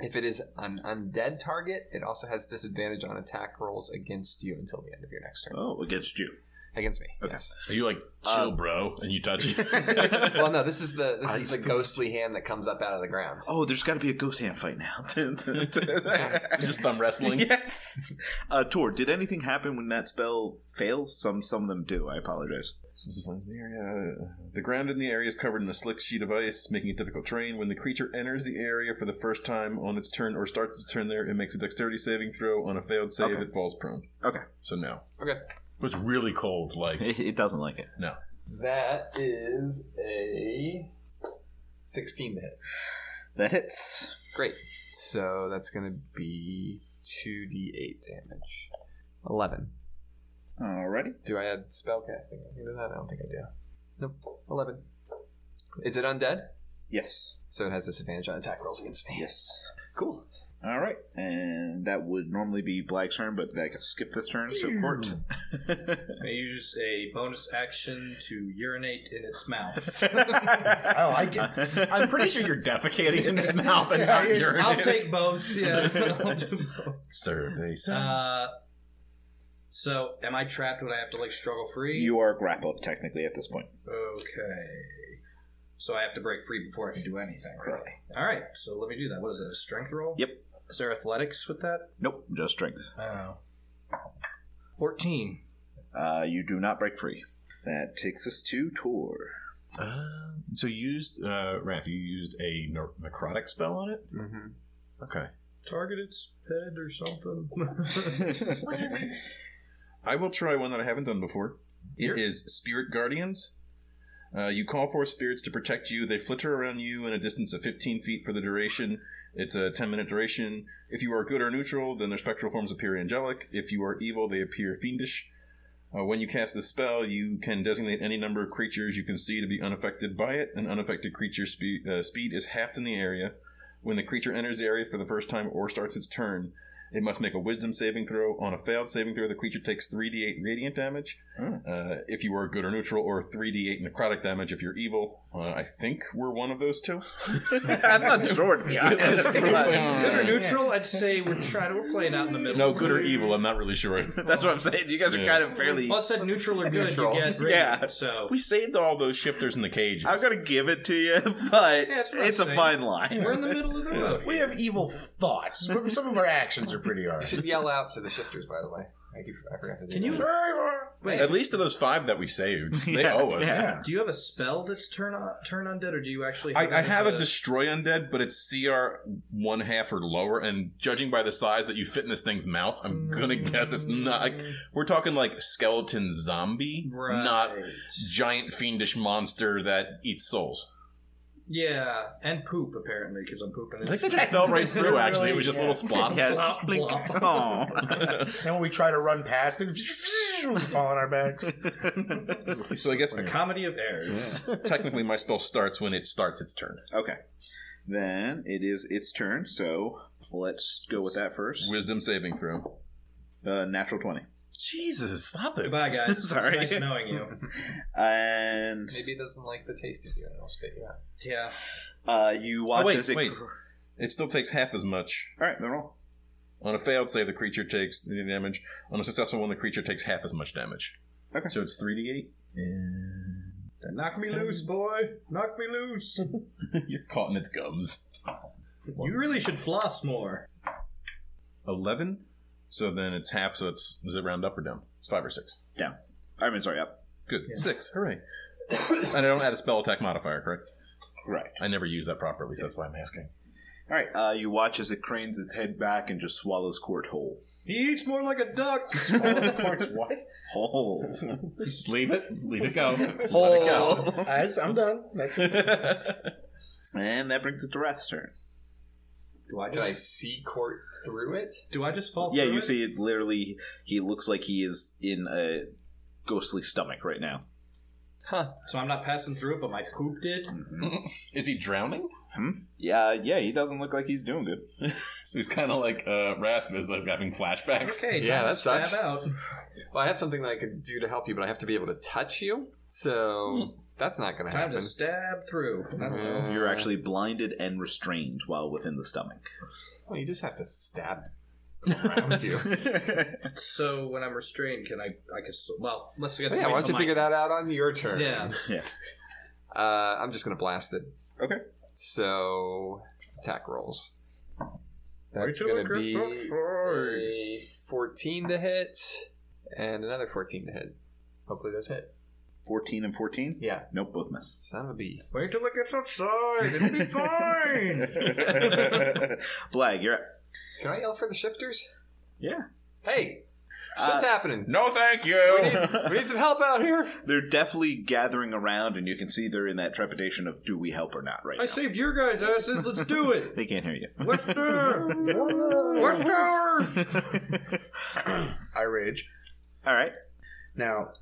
S6: If it is an undead target, it also has disadvantage on attack rolls against you until the end of your next turn.
S2: Oh, against you.
S6: Against me.
S2: Okay.
S6: Yes.
S3: Are you like chill,
S4: Um,
S3: bro? And you touch it.
S6: Well, no, this is the this is the ghostly hand that comes up out of the ground.
S2: Oh, there's got to be a ghost hand fight now.
S3: Just thumb wrestling.
S2: yes. Uh, Tor, did anything happen when that spell fails? Some some of them do. I apologize.
S3: This is one in the area. The ground in the area is covered in a slick sheet of ice, making it difficult terrain. When the creature enters the area for the first time on its turn or starts its turn there, it makes a dexterity saving throw. On a failed save,
S2: Okay.
S3: it falls prone.
S2: Okay.
S3: So no.
S6: Okay.
S3: But it's really cold. Like
S2: It, it doesn't like it.
S3: no.
S6: That is a sixteen to hit.
S2: That hits.
S6: Great. So that's going to be two d eight damage. Eleven.
S2: Alrighty.
S6: Do I add spellcasting into that? I don't think I do. Nope. Eleven. Is it undead?
S2: Yes.
S6: So it has disadvantage on attack rolls against me.
S2: Yes.
S6: Cool.
S2: All right, and that would normally be Black's turn, but I can skip this turn. So Court,
S5: I use a bonus action to urinate in its mouth.
S7: Oh,
S4: I like it.
S7: I'm pretty sure you're defecating in his mouth and not
S4: Yeah,
S7: urinating.
S5: I'll take both. Yeah, I'll do both.
S7: Survey says.
S5: Uh, so, am I trapped when I have to like struggle free?
S2: you are grappled technically at this point.
S5: Okay. So I have to break free before I can do anything.
S2: Correct.
S5: All right. So let me do that. What is it? A strength roll?
S2: Yep.
S5: Is there athletics with that?
S2: Nope, just strength.
S5: Oh. Fourteen.
S2: Uh, you do not break free. That takes us to Tor.
S7: Um, so you used, uh, Raph, you used a nor- necrotic spell on it?
S6: Mm-hmm.
S7: Okay.
S5: Targeted sped or something.
S3: I will try one that I haven't done before.
S5: Here.
S3: It is Spirit Guardians. Uh, you call for spirits to protect you. They flitter around you in a distance of 15 feet for the duration. It's a 10 minute duration. If you are good or neutral, then their spectral forms appear angelic. If you are evil, they appear fiendish. Uh, when you cast the spell, you can designate any number of creatures you can see to be unaffected by it. An unaffected creature's spe- uh, speed is halved in the area. When the creature enters the area for the first time or starts its turn, it must make a wisdom saving throw. On a failed saving throw, the creature takes 3d8 radiant damage.
S2: Oh.
S3: Uh, if you are good or neutral, or 3d8 necrotic damage if you're evil. Uh, I think we're one of those two.
S2: I'm not sure, to be honest.
S5: Good or neutral? I'd say we're trying. We're playing out in the middle.
S7: No, good or evil, I'm not really sure.
S2: That's what I'm saying. You guys are
S7: Yeah.
S2: kind of fairly.
S5: Well, it said neutral or good.
S6: Neutral.
S5: You get
S2: Yeah.
S5: yeah. So
S7: we saved all those shifters in the cages.
S2: I'm gonna give it to you, but
S5: Yeah, that's what I'm
S2: it's a
S5: saying.
S2: fine line.
S5: we're in the middle of the road.
S4: We have evil thoughts. but Some of our actions are pretty hard.
S6: Should yell out to the shifters, by the way. I, keep, I forgot to do
S5: Can
S6: that.
S5: you? Wait.
S7: At least to those five that we saved. They
S2: Yeah,
S7: owe us.
S2: yeah.
S5: do you have a spell that's turn on, turn undead, or do you actually?
S3: I, I
S5: that
S3: have
S5: as
S3: a destroy undead, but it's CR one half or lower, and judging by the size that you fit in this thing's mouth, I'm gonna guess it's not. Like, we're talking like skeleton zombie,
S5: Right.
S7: not giant fiendish monster that eats souls.
S5: Yeah, and poop apparently because I'm pooping.
S7: I think that just fell right through. Actually, it was just little splops.
S2: Yeah,
S5: Slop,
S2: blink.
S5: blop.
S2: Aw.
S4: And when we try to run past it, we fall on our backs.
S3: So I guess
S5: a comedy of errors.
S3: technically my spell starts when it starts its turn.
S2: okay. Then it is its turn, so let's go with that first.
S3: Wisdom saving throw.
S2: Uh, natural 20.
S7: Jesus, stop it!
S5: Goodbye, guys.
S2: Sorry.
S5: It's nice knowing you.
S2: And
S6: Maybe it doesn't like the taste of you and it'll spit you out.
S5: Yeah.
S2: uh, you watch
S3: Oh, wait,
S2: as it.
S3: wait. It still takes half as much.
S2: Alright, then roll.
S3: On a failed save, the creature takes the damage. On a successful one, the creature takes half as much damage.
S2: Okay.
S3: So it's 3d8.
S5: Knock me loose, boy. Knock me loose.
S3: You're caught in its gums.
S5: you really should floss more.
S3: 11. So then it's half, so it's. Does it round up or down? It's 5 or 6.
S2: Down. I mean, sorry, up.
S3: Good. 6. Hooray. and I don't add a spell attack modifier, correct?
S2: Right.
S3: I never use that properly, so that's why I'm asking.
S2: Alright, uh, you watch as it cranes its head back and just swallows Court whole.
S5: He eats more like a duck.
S2: Whole.
S7: Just leave it. Leave it go.
S2: Whole.
S4: That's- I'm done. That's it.
S2: and that brings it to Wrath's turn.
S5: do I
S6: Did I
S5: just
S6: see Court through it?
S5: do I just fall?
S2: Yeah,
S5: through
S2: you
S5: it?
S2: see it literally. He looks like he is in a ghostly stomach right now.
S5: So I'm not passing through it, but my poop did.
S3: Mm-hmm.
S7: Is he drowning?
S2: Yeah, yeah, he doesn't look like he's doing good.
S7: So he's kind of like uh, Wrath is like having flashbacks.
S5: Okay.
S6: Yeah,
S5: time to
S6: that
S5: stab
S6: sucks.
S5: Out.
S6: Well, I have something that I could do to help you, but I have to be able to touch you. So that's not going to
S5: Hmm. Time
S6: happen.
S5: to stab through. I don't know.
S6: Uh,
S2: You're actually blinded and restrained while within the stomach.
S6: Well, you just have to stab around you.
S5: So when I'm restrained, can I? I can still. Well, let's get.
S6: But Oh, yeah, why don't you figure that out on your turn?
S5: Yeah.
S6: Uh, I'm just going to blast it.
S2: Okay.
S6: So attack rolls. That's
S5: Rachel,
S6: going to
S5: look
S6: be
S5: at that
S6: a 14 to hit and another 14 to hit. Hopefully those hit.
S2: 14 and 14?
S6: Yeah.
S2: Nope, both miss.
S6: Son of a bee.
S5: Wait till it gets outside. It'll be fine.
S2: Blag, you're up.
S6: Can I yell for the shifters?
S2: Yeah.
S6: Hey, shit's
S2: Uh,
S6: happening.
S7: No, thank
S6: We
S7: you.
S6: need, we need some help out here.
S2: They're definitely gathering around, and you can see they're in that trepidation of do we help or not right
S5: I
S2: now.
S5: saved your guys' asses. Let's do it.
S2: They can't hear you.
S5: Wester. Wester.
S4: I rage.
S2: All right.
S4: Now,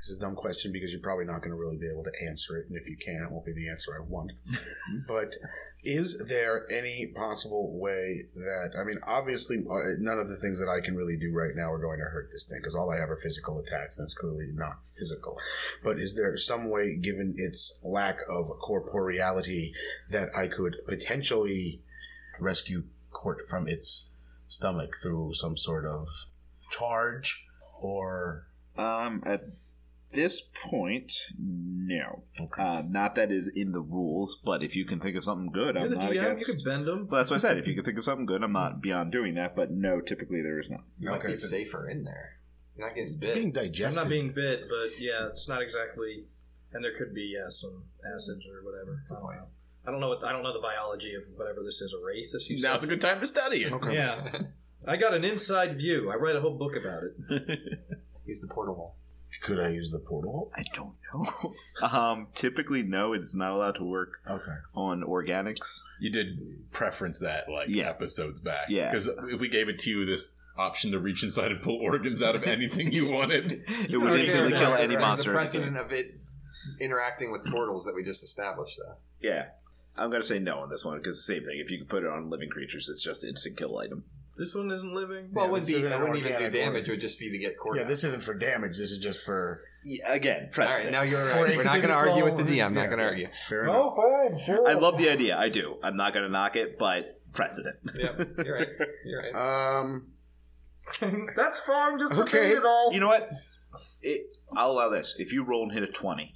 S4: It's a dumb question because you're probably not going to really be able to answer it, and if you can, it won't be the answer I want. but is there any possible way that I mean, obviously, uh, none of the things that I can really do right now are going to hurt this thing because all I have are physical attacks, and it's clearly not physical. But is there some way, given its lack of corporeality, that I could potentially
S7: rescue Court from its stomach through some sort of charge or
S2: Um, at this point, no. Uh, not that is in the rules, but if you can think of something good, I'm not against.
S5: bend them.
S2: well, that's what I said. Hmm. If you can think of something good, I'm not beyond doing that. But no, typically there is not.
S6: You might be safer in there. You're not getting bit.
S4: being
S5: I'm
S4: digested?
S5: not being bit, but yeah, it's not exactly. And there could be yeah, some acids or whatever. I don't know. I don't know. What, I don't know the biology of whatever this is. A wraith, as you said.
S7: now's a good time to study it.
S4: okay.
S5: yeah. I got an inside view. I read a whole book about it.
S6: Use the portable.
S4: Could I use the portal?
S2: I don't know. um, typically, no. It's not allowed to work
S4: Okay.
S2: on organics.
S7: You did preference that like
S2: Yeah.
S7: episodes back,
S2: Yeah.
S7: Because if we gave it to you, this option to reach inside and pull organs out of anything you wanted,
S2: It would
S5: Okay,
S2: instantly
S5: no,
S2: kill
S5: it's
S2: any
S5: okay.
S6: There's
S2: monster.
S6: a
S2: in the game.
S6: precedent of it interacting with portals that we just established, though.
S2: Yeah. I'm gonna say no on this one because the same thing. If you can put it on living creatures, it's just instant kill item.
S5: This one isn't living.
S4: Yeah,
S6: Well, it wouldn't
S4: this
S6: be.
S4: isn't
S6: It
S4: an
S6: wouldn't even do
S4: organic
S6: damage.
S4: organ.
S6: It would just be to get court.
S4: Yeah, this isn't for damage. This is just for.
S2: again,
S6: All right,
S2: precedent.
S6: now you're
S4: For
S6: right.
S4: a
S6: We're not going to
S4: physical-
S6: argue with the DM. I'm not going to argue.
S4: Fair enough. Oh, fine, sure.
S2: I love the idea. I do. I'm not gonna knock it, but precedent.
S6: Yep, you're right. You're right.
S4: Um,
S5: That's fine. Just
S4: okay.
S2: You know what? It, I'll allow this. If you roll and hit a 20,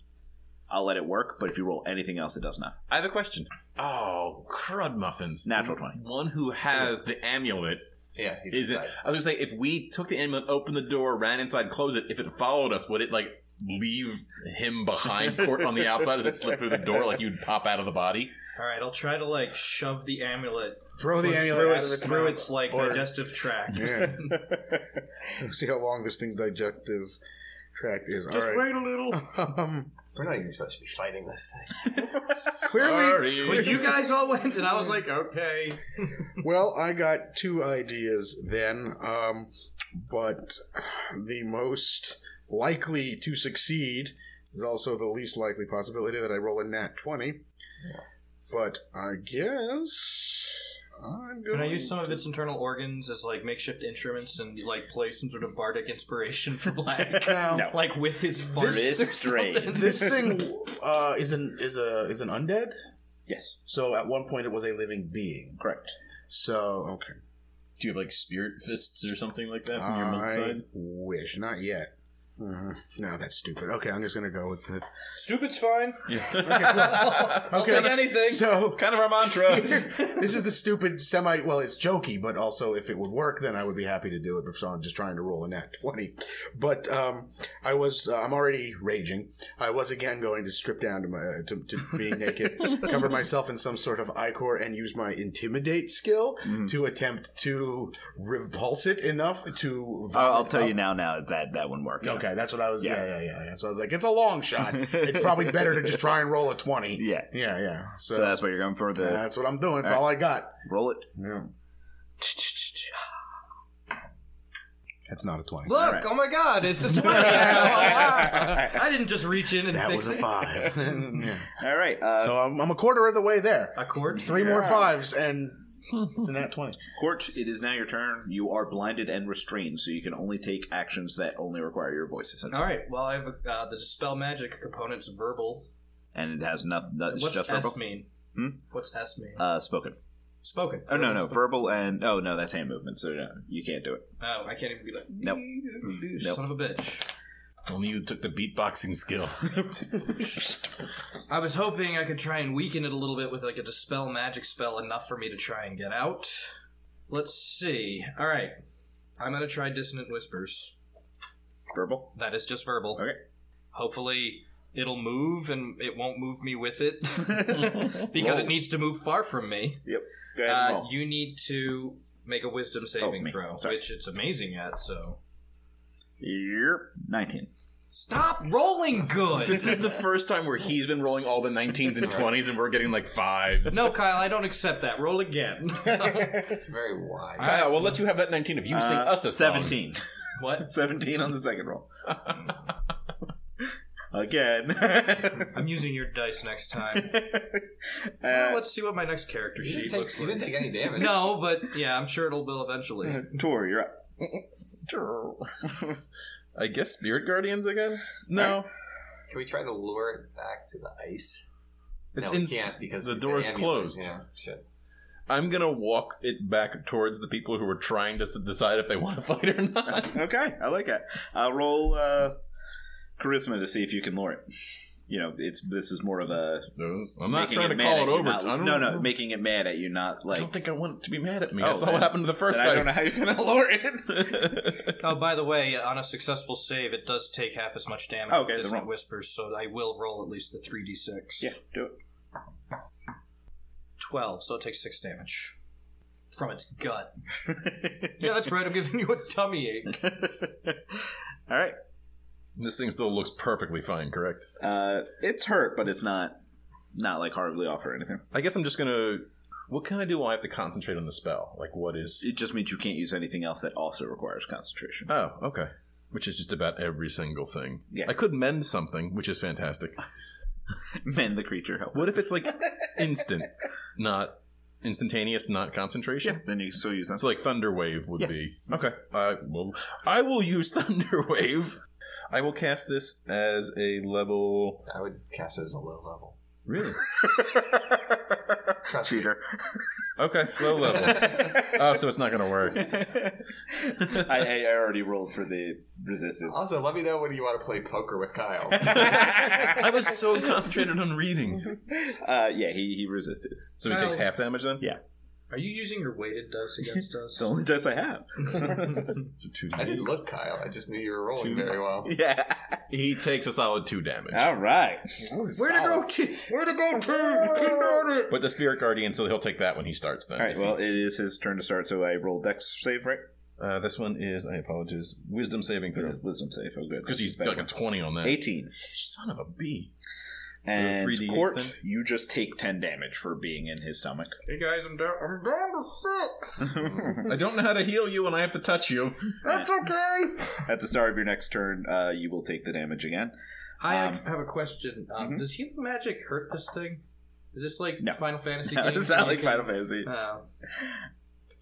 S2: I'll let it work. But if you roll anything else, it does not.
S7: I have a question. Oh, crud muffins!
S2: Natural 20.
S7: One who has the amulet
S6: yeah, he's
S7: is it?
S6: excited.
S7: I was gonna say if we took the amulet, opened the door, ran inside, closed it. If it followed us, would it like leave him behind court on the outside as it slipped through the door, like you'd pop out of the body?
S5: All right, I'll try to like shove the amulet
S4: Throw Oh, the
S5: close
S4: amulet
S5: through
S4: out of
S5: its,
S4: its
S5: through
S4: mouth,
S5: its like
S4: or-
S5: digestive tract.
S4: Yeah. See how long this thing's digestive tract is.
S5: Just
S4: All right.
S5: wait a little.
S4: Um,
S6: We're not even supposed to be fighting this thing.
S4: clearly,
S7: Sorry.
S5: But you guys all went, and I was like, okay.
S4: well, I got two ideas then, um, but the most likely to succeed is also the least likely possibility that I roll a nat 20. But I guess I'm going
S5: Can I use some of its internal organs as like makeshift instruments and like play some sort of bardic inspiration for Black?
S4: Now,
S5: Like with his farts
S4: This
S5: or
S2: is strange.
S5: something.
S4: this thing uh, is an is a is an undead.
S2: Yes.
S4: So at one point it was a living being.
S2: Correct.
S4: So okay,
S7: Do you have like spirit fists or something like that from your monk
S4: I
S7: side?
S4: wish not yet. Uh, no, that's stupid. Okay, I'm just gonna go with the.
S5: Stupid's fine.
S4: I'll take anything. So
S7: Kind of our mantra.
S4: this is the stupid semi. Well, it's jokey, but also if it would work, then I would be happy to do it. But so I'm just trying to roll a nat twenty. But um, I was. Uh, I'm already raging. I was again going to strip down to my uh, to, to being naked, cover myself in some sort of ichor, and use my intimidate skill
S2: Mm-hmm.
S4: to attempt to repulse it enough to.
S2: I'll, I'll
S4: vomit
S2: tell
S4: up
S2: you now. Now that that wouldn't work.
S4: Okay, that's what I was. Uh, Yeah,
S2: Yeah.
S4: yeah, yeah. yeah. So I was like, it's a long shot. it's probably better to just try and roll a twenty.
S2: Yeah.
S4: yeah, yeah. So,
S2: So uh, that's what you're going for. The
S4: that's what I'm doing. It's all I got.
S2: roll it.
S4: Yeah. That's not a twenty.
S5: Look, oh my god, it's a 20. I didn't just reach in and
S4: That
S5: fix
S4: was a
S5: it.
S4: five. Yeah.
S2: All right. Uh,
S4: So I'm, I'm a quarter of the way there.
S5: A chord?
S4: Three more fives, and it's a nat twenty.
S2: Court, it is now your turn. You are blinded and restrained, so you can only take actions that only require your voices.
S5: All right. Well, I have uh, the dispel magic component's verbal.
S2: And it has nothing. It's
S5: What's
S2: Uh, just
S5: S
S2: verbal.
S5: mean?
S2: Hmm?
S5: What's S mean?
S2: Uh, spoken.
S5: Spoken.
S2: Oh no, no,
S5: Spoken.
S2: verbal and oh no, that's hand movement. So no, you can't do it.
S5: Oh, I can't even be like.
S2: Nope. Mm, Nope.
S5: Son of a bitch.
S7: Only you took the beatboxing skill.
S5: I was hoping I could try and weaken it a little bit with like a dispel magic spell enough for me to try and get out. Let's see. All right. I'm going to try dissonant whispers.
S2: Verbal.
S5: That is just verbal.
S2: Okay.
S5: Hopefully it'll move and it won't move me with it because it needs to move far from me.
S2: Go ahead. and
S5: Uh,
S2: roll.
S5: you need to make a wisdom saving
S2: Oh, me.
S5: throw,
S2: Sorry.
S5: which it's amazing at, so.
S2: Yep. Nineteen.
S5: Stop rolling good!
S7: this is the first time where he's been rolling all the 19s and 20s, and we're getting like fives.
S5: no, Kyle, I don't accept that. Roll again.
S6: It's very wide.
S7: Kyle, we'll let you have that 19 if you sing
S2: Uh,
S7: us a song.
S2: seventeen.
S5: what?
S2: seventeen on the second roll. again.
S5: I'm using your dice next time. well,
S2: uh,
S5: let's see what my next character
S6: You didn't,
S5: sheet
S6: take,
S5: looks
S6: you didn't
S5: like.
S6: take any damage.
S5: No, but yeah, I'm sure it'll will eventually.
S2: Tor, you're up.
S3: I guess spirit guardians again. No,
S6: Can we try to lure it back to the ice?
S3: it's
S6: no, we
S3: in-
S6: can't because
S3: the door's
S6: ambulance,
S3: closed.
S6: Yeah, shit.
S3: I'm gonna walk it back towards the people who are trying to s- decide if they want to fight or not.
S2: Okay, I like that. Uh, roll uh, charisma to see if you can lure it. You know, it's this is more of a
S3: Those- I'm not
S2: making
S3: trying to
S2: mad
S3: call
S2: at
S3: it
S2: you,
S3: over.
S2: not-
S3: I don't
S2: no, no,
S3: know.
S2: making it mad at you, not
S3: I
S2: like.
S3: don't think I want it to be mad at me.
S2: Oh,
S3: I saw
S2: man.
S3: what happened to the first
S2: then I don't know
S3: guy.
S2: how you're gonna lure it.
S5: Oh, by the way, on a successful save, it does take half as much damage.
S2: Okay,
S5: as
S2: then roll.
S5: it whispers, so I will roll at least the three d six.
S2: yeah, do it.
S5: twelve, so it takes six damage from its gut. yeah, that's right. I'm giving you a tummy ache.
S2: All right.
S3: This thing still looks perfectly fine, correct?
S2: Uh, it's hurt, but it's not not like horribly off or anything.
S3: I guess I'm just gonna. What can I do while I have to concentrate on the spell? Like, what is?
S2: It just means you can't use anything else that also requires concentration.
S3: Oh, okay. Which is just about every single thing.
S2: Yeah.
S3: I could mend something, which is fantastic.
S2: Mend the creature help.
S3: What if it's like instant, not instantaneous, not concentration?
S2: Yeah, then you still use that.
S3: So like Thunder Wave would be okay. I will. I will use Thunder Wave. I will cast this as a level.
S6: I would cast it as a low level.
S3: Really?
S6: Trust me.
S2: Cheater.
S3: Okay, low level. oh, so it's not gonna work.
S2: I, I already rolled for the resistance.
S6: Also, let me know when you want to play poker with Kyle.
S3: I was so concentrated on reading.
S2: Uh, yeah, he, he resisted.
S3: So he takes half damage then.
S2: Yeah.
S5: Are you using your weighted dice against us?
S2: It's the only dice I have.
S3: So two
S6: I didn't
S3: damage.
S6: look, Kyle. I just knew you were rolling very well.
S2: Yeah.
S3: He takes a solid two damage.
S2: All right.
S8: Where to go? Where to go, team?
S3: But the Spirit Guardian, so he'll take that when he starts then.
S2: All right. Well, it is his turn to start, so I roll Dex save, right?
S3: uh, this one is I apologize. Wisdom saving throw
S2: Wisdom save. Oh, good.
S3: because he's
S2: Better
S3: like a
S2: one.
S3: twenty on that.
S2: eighteen.
S3: Son of a b.
S2: And
S3: 3D8
S2: Court,
S3: then?
S2: you just take ten damage for being in his stomach.
S5: Hey guys, I'm down. I'm down to six.
S3: I don't know how to heal you when I have to touch you.
S8: That's okay.
S2: At the start of your next turn, uh, you will take the damage again.
S5: I
S2: Um,
S5: have a question. Um,
S2: mhm.
S5: Does healing magic hurt this thing? Is this like
S2: No.
S5: Final Fantasy? games
S2: it's
S5: where
S2: not
S5: you
S2: like
S5: can-
S2: Final Fantasy.
S5: Oh.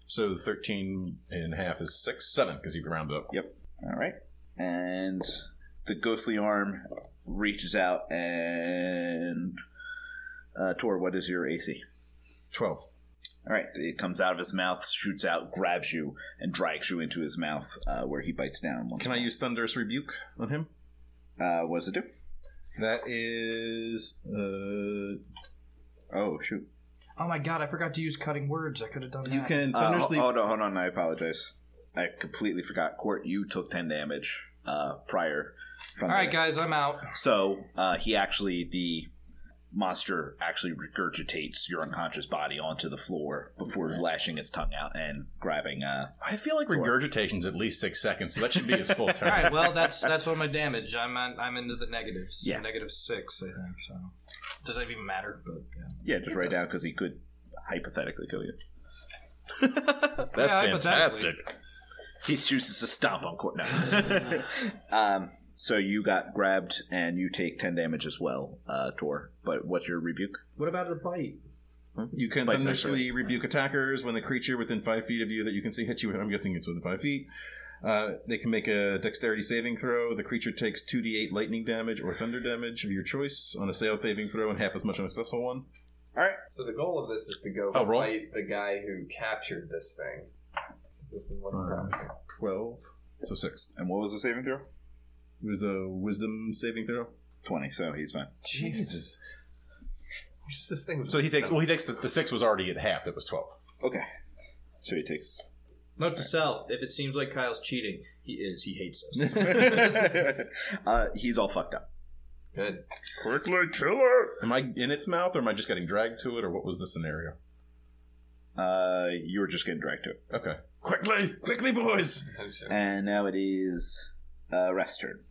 S3: So 13 and a half is 6, 7, because you rounded up.
S2: All right. And the ghostly arm reaches out and. Uh, Tor, what is your AC?
S3: 12.
S2: All right. It comes out of his mouth, shoots out, grabs you, and drags you into his mouth uh, where he bites down. Once
S3: Can I use Thunderous Rebuke on him?
S2: Uh, what does it do?
S3: That is. Uh,
S2: Oh, shoot.
S5: oh my god, I forgot to use cutting words. I could have done that.
S3: you can
S2: Uh,
S3: Thunderously.
S2: hold on, hold on. I apologize. I completely forgot. Court, you took 10 damage uh, prior. From
S5: All right,
S2: the-
S5: guys, I'm out.
S2: So uh, he actually, the monster actually regurgitates your unconscious body onto the floor before lashing its tongue out and grabbing. Uh,
S3: I feel like regurgitation's at least 6 seconds, so that should be his full turn.
S5: All right, well, that's that's on my damage. I'm on, I'm into the negatives.
S2: Yeah.
S5: Negative six, I think. So does that even matter? But yeah,
S2: yeah, just write down because he could hypothetically kill you.
S3: That's
S5: Yeah, hypothetically.
S3: fantastic.
S2: He chooses to stomp on Court. No. um, so you got grabbed and you take 10 damage as well, uh, Tor. But what's your rebuke?
S5: What about a bite?
S3: You can
S2: By
S3: thunderously rebuke attackers when the creature within 5 feet of you that you can see hits you. I'm guessing it's within 5 feet. Uh, they can make a dexterity saving throw. The creature takes 2d8 lightning damage or thunder damage of your choice on a sale saving throw and half as much on a successful one.
S6: So the goal of this is to go
S3: Oh, roll.
S6: fight the guy who captured this thing. This is what I'm promising.
S3: 12. So 6.
S2: And what was the saving throw?
S3: It was a wisdom saving throw.
S2: 20, so he's fine.
S3: Jesus.
S6: Just This thing's
S3: So he takes. Well, he takes the, the six was already at half. That was twelve.
S2: Okay. So he takes.
S5: Note to self: If it seems like Kyle's cheating, he is. He hates us.
S2: uh, he's all fucked up.
S6: good.
S9: Quickly kill it.
S3: Am I in its mouth, or am I just getting dragged to it, or what was the scenario?
S2: Uh, you were just getting dragged to it.
S3: Okay. Quickly, quickly, boys.
S2: And now it is uh, Rest turn.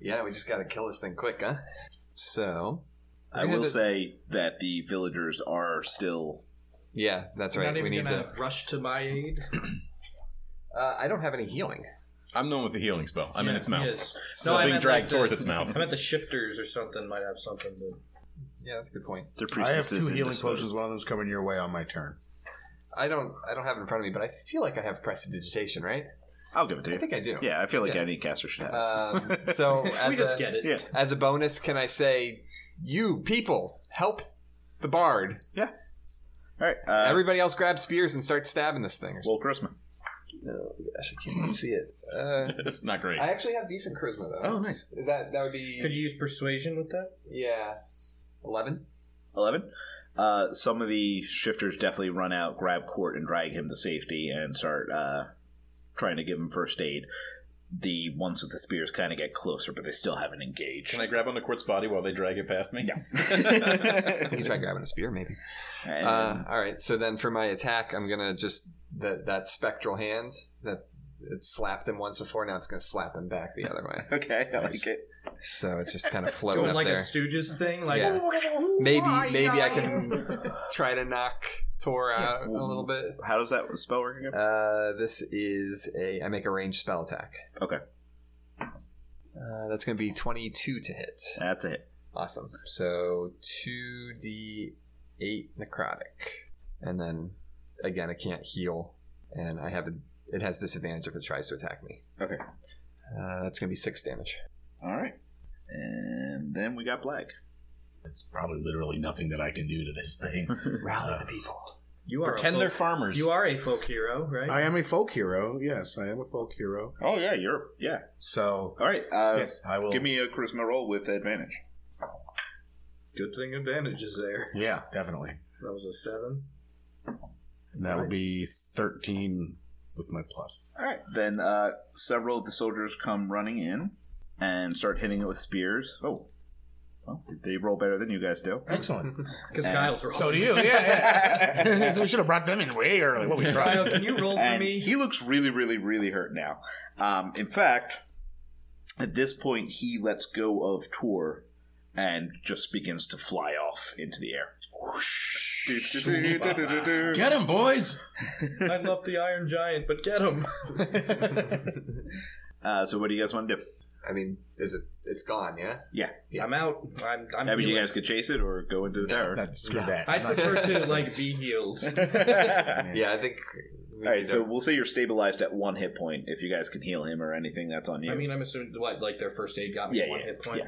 S6: Yeah, we just gotta kill this thing quick, huh? So
S2: I
S6: We had
S2: will
S6: to-
S2: say that the villagers are still.
S6: yeah, that's right.
S5: Not even
S6: We need
S5: gonna
S6: to.
S5: rush to my aid.
S6: Uh, I don't have any healing.
S7: I'm the one with the healing spell. I'm in its mouth.
S5: Yes.
S7: Still being
S5: meant,
S7: dragged
S5: the-
S7: towards its mouth.
S5: I meant the shifters or something might have something. But...
S6: Yeah, that's a good point.
S2: Their
S4: I have
S2: priestess is
S4: two healing
S2: indisposed.
S4: potions. One of them's coming your way on my turn.
S6: I don't. I don't have it in front of me, but I feel like I have prestidigitation, right?
S2: I'll give it to you.
S6: I think I do.
S2: Yeah, Uh, I feel like
S6: Yeah.
S2: any caster should have. it.
S6: Um, so as
S5: we just
S6: a,
S5: get it.
S2: yeah,
S6: As a bonus, can I say, you people help the bard?
S2: yeah. All right. Uh,
S6: Everybody else grab spears and start stabbing this thing. Or
S2: well, Christmas.
S6: no, gosh, I can't even see it. Uh,
S7: It's not great.
S6: I actually have decent charisma though.
S7: oh, nice.
S6: Is that that would be?
S5: Could you use persuasion with that?
S6: yeah, eleven.
S2: 11. Uh, some of the shifters definitely run out, grab Court, and drag him to safety and start uh, trying to give him first aid. The ones with the spears kind of get closer, but they still haven't engaged.
S7: Can I grab onto Quart's body while they drag it past me?
S6: You
S7: Yeah.
S6: could try grabbing a spear, maybe.
S2: And
S6: Uh, all right. So then for my attack, I'm gonna just that that spectral hand that it slapped him once before. Now it's gonna slap him back the other way.
S2: okay, I like it.
S6: So it's just kind of floating
S5: Going
S6: up
S5: like
S6: there.
S5: a Stooges thing, like oh,
S6: Yeah. maybe maybe I can try to knock Tor out a little bit.
S2: How does that spell work again?
S6: Uh, this is a I make a ranged spell attack.
S2: Okay.
S6: Uh, that's going to be 22 to hit.
S2: That's a hit.
S6: Awesome. So 2d8 necrotic. And then again I can't heal and I have a, it has disadvantage if it tries to attack me.
S2: Okay.
S6: Uh, that's going to be 6 damage.
S2: All right. And then we got Black.
S10: It's probably literally nothing that I can do to this thing. Uh,
S6: Rally the people.
S5: you are
S7: Pretend
S5: a
S7: they're
S5: folk,
S7: farmers.
S5: you are a folk hero, right?
S4: I am a folk hero. Yes, I am a folk hero.
S2: Oh, yeah, you're. Yeah.
S4: So
S2: All right. Uh,
S4: yes, I will.
S2: Give me a charisma roll with advantage.
S5: Good thing advantage is there.
S4: yeah, definitely.
S5: That was a seven.
S4: And that will be thirteen with my plus.
S2: All right. Then uh, several of the soldiers come running in and start hitting it with spears. Oh. Well, they roll better than you guys do.
S4: Excellent.
S5: Because Kyle's rolling.
S4: so do you? Yeah. yeah. so we should have brought them in way early. What we
S5: Kyle,
S4: tried.
S5: can you roll for
S2: And
S5: me?
S2: he looks really, really, really hurt now. Um, in fact, at this point, he lets go of Tor and just begins to fly off into the air.
S10: Get him, boys!
S5: I love the Iron Giant, but get him.
S2: Uh, so, what do you guys want to do?
S6: I mean, is it it's gone, yeah?
S2: Yeah.
S5: I'm out. I'm. I'm
S2: I mean, you
S5: healing.
S2: guys could chase it or go into the tower.
S4: That, screw that.
S5: I
S4: I'm not-
S5: prefer to like be healed.
S6: Yeah, I think we
S2: All right,
S6: need
S2: so
S6: to-
S2: we'll say you're stabilized at one hit point. If you guys can heal him or anything, that's on you.
S5: I mean, I'm assuming what like their first aid got me
S2: yeah,
S5: one
S2: yeah,
S5: hit point.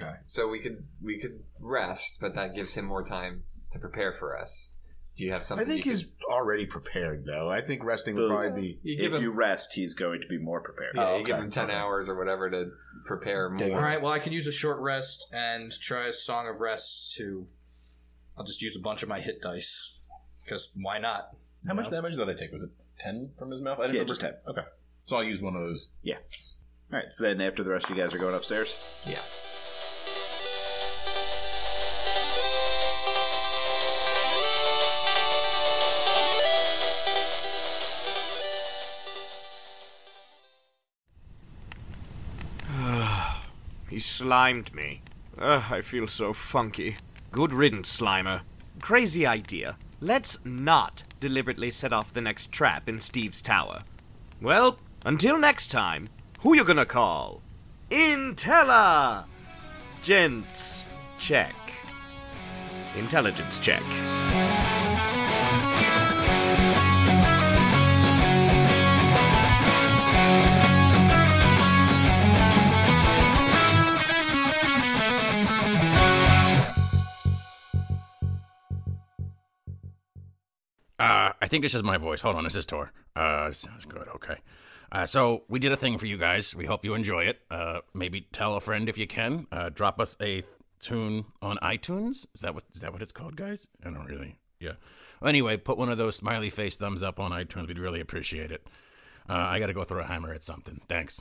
S2: yeah.
S6: So we could we could rest, but that gives him more time to prepare for us. Do you have
S4: I
S6: something?
S4: think
S6: you
S4: he's already prepared, though. I think resting would
S2: The-
S4: probably be.
S6: could- you give
S2: if
S6: him
S2: you rest, he's going to be more prepared.
S6: yeah,
S4: Oh,
S6: you give
S4: okay,
S6: him ten
S4: okay.
S6: hours or whatever to prepare
S4: Dig
S6: more.
S5: All right. Well, I can use a short rest and try a song of rest to. I'll just use a bunch of my hit dice because why not?
S7: How much damage did I take? Was it 10 from his mouth? I didn't
S2: Yeah,
S7: remember.
S2: just 10.
S7: Okay. So I'll use one of those.
S2: All right, so then after the rest, you guys are going upstairs.
S6: Yeah.
S1: He slimed me. Ugh, I feel so funky. Good riddance, Slimer. Crazy idea. Let's not deliberately set off the next trap in Steve's tower. Well, until next time, who you gonna call? Intella! Gents, check. Intelligence check.
S10: Uh, I think this is my voice. Hold on, this is Tor. Uh, sounds good. Okay. Uh, so we did a thing for you guys. We hope you enjoy it. Uh, maybe tell a friend if you can. Uh, drop us a tune on iTunes. Is that what is that what it's called, guys? I don't really. Yeah. Anyway, put one of those smiley face thumbs up on iTunes. We'd really appreciate it. Uh, I got to go throw a hammer at something. Thanks.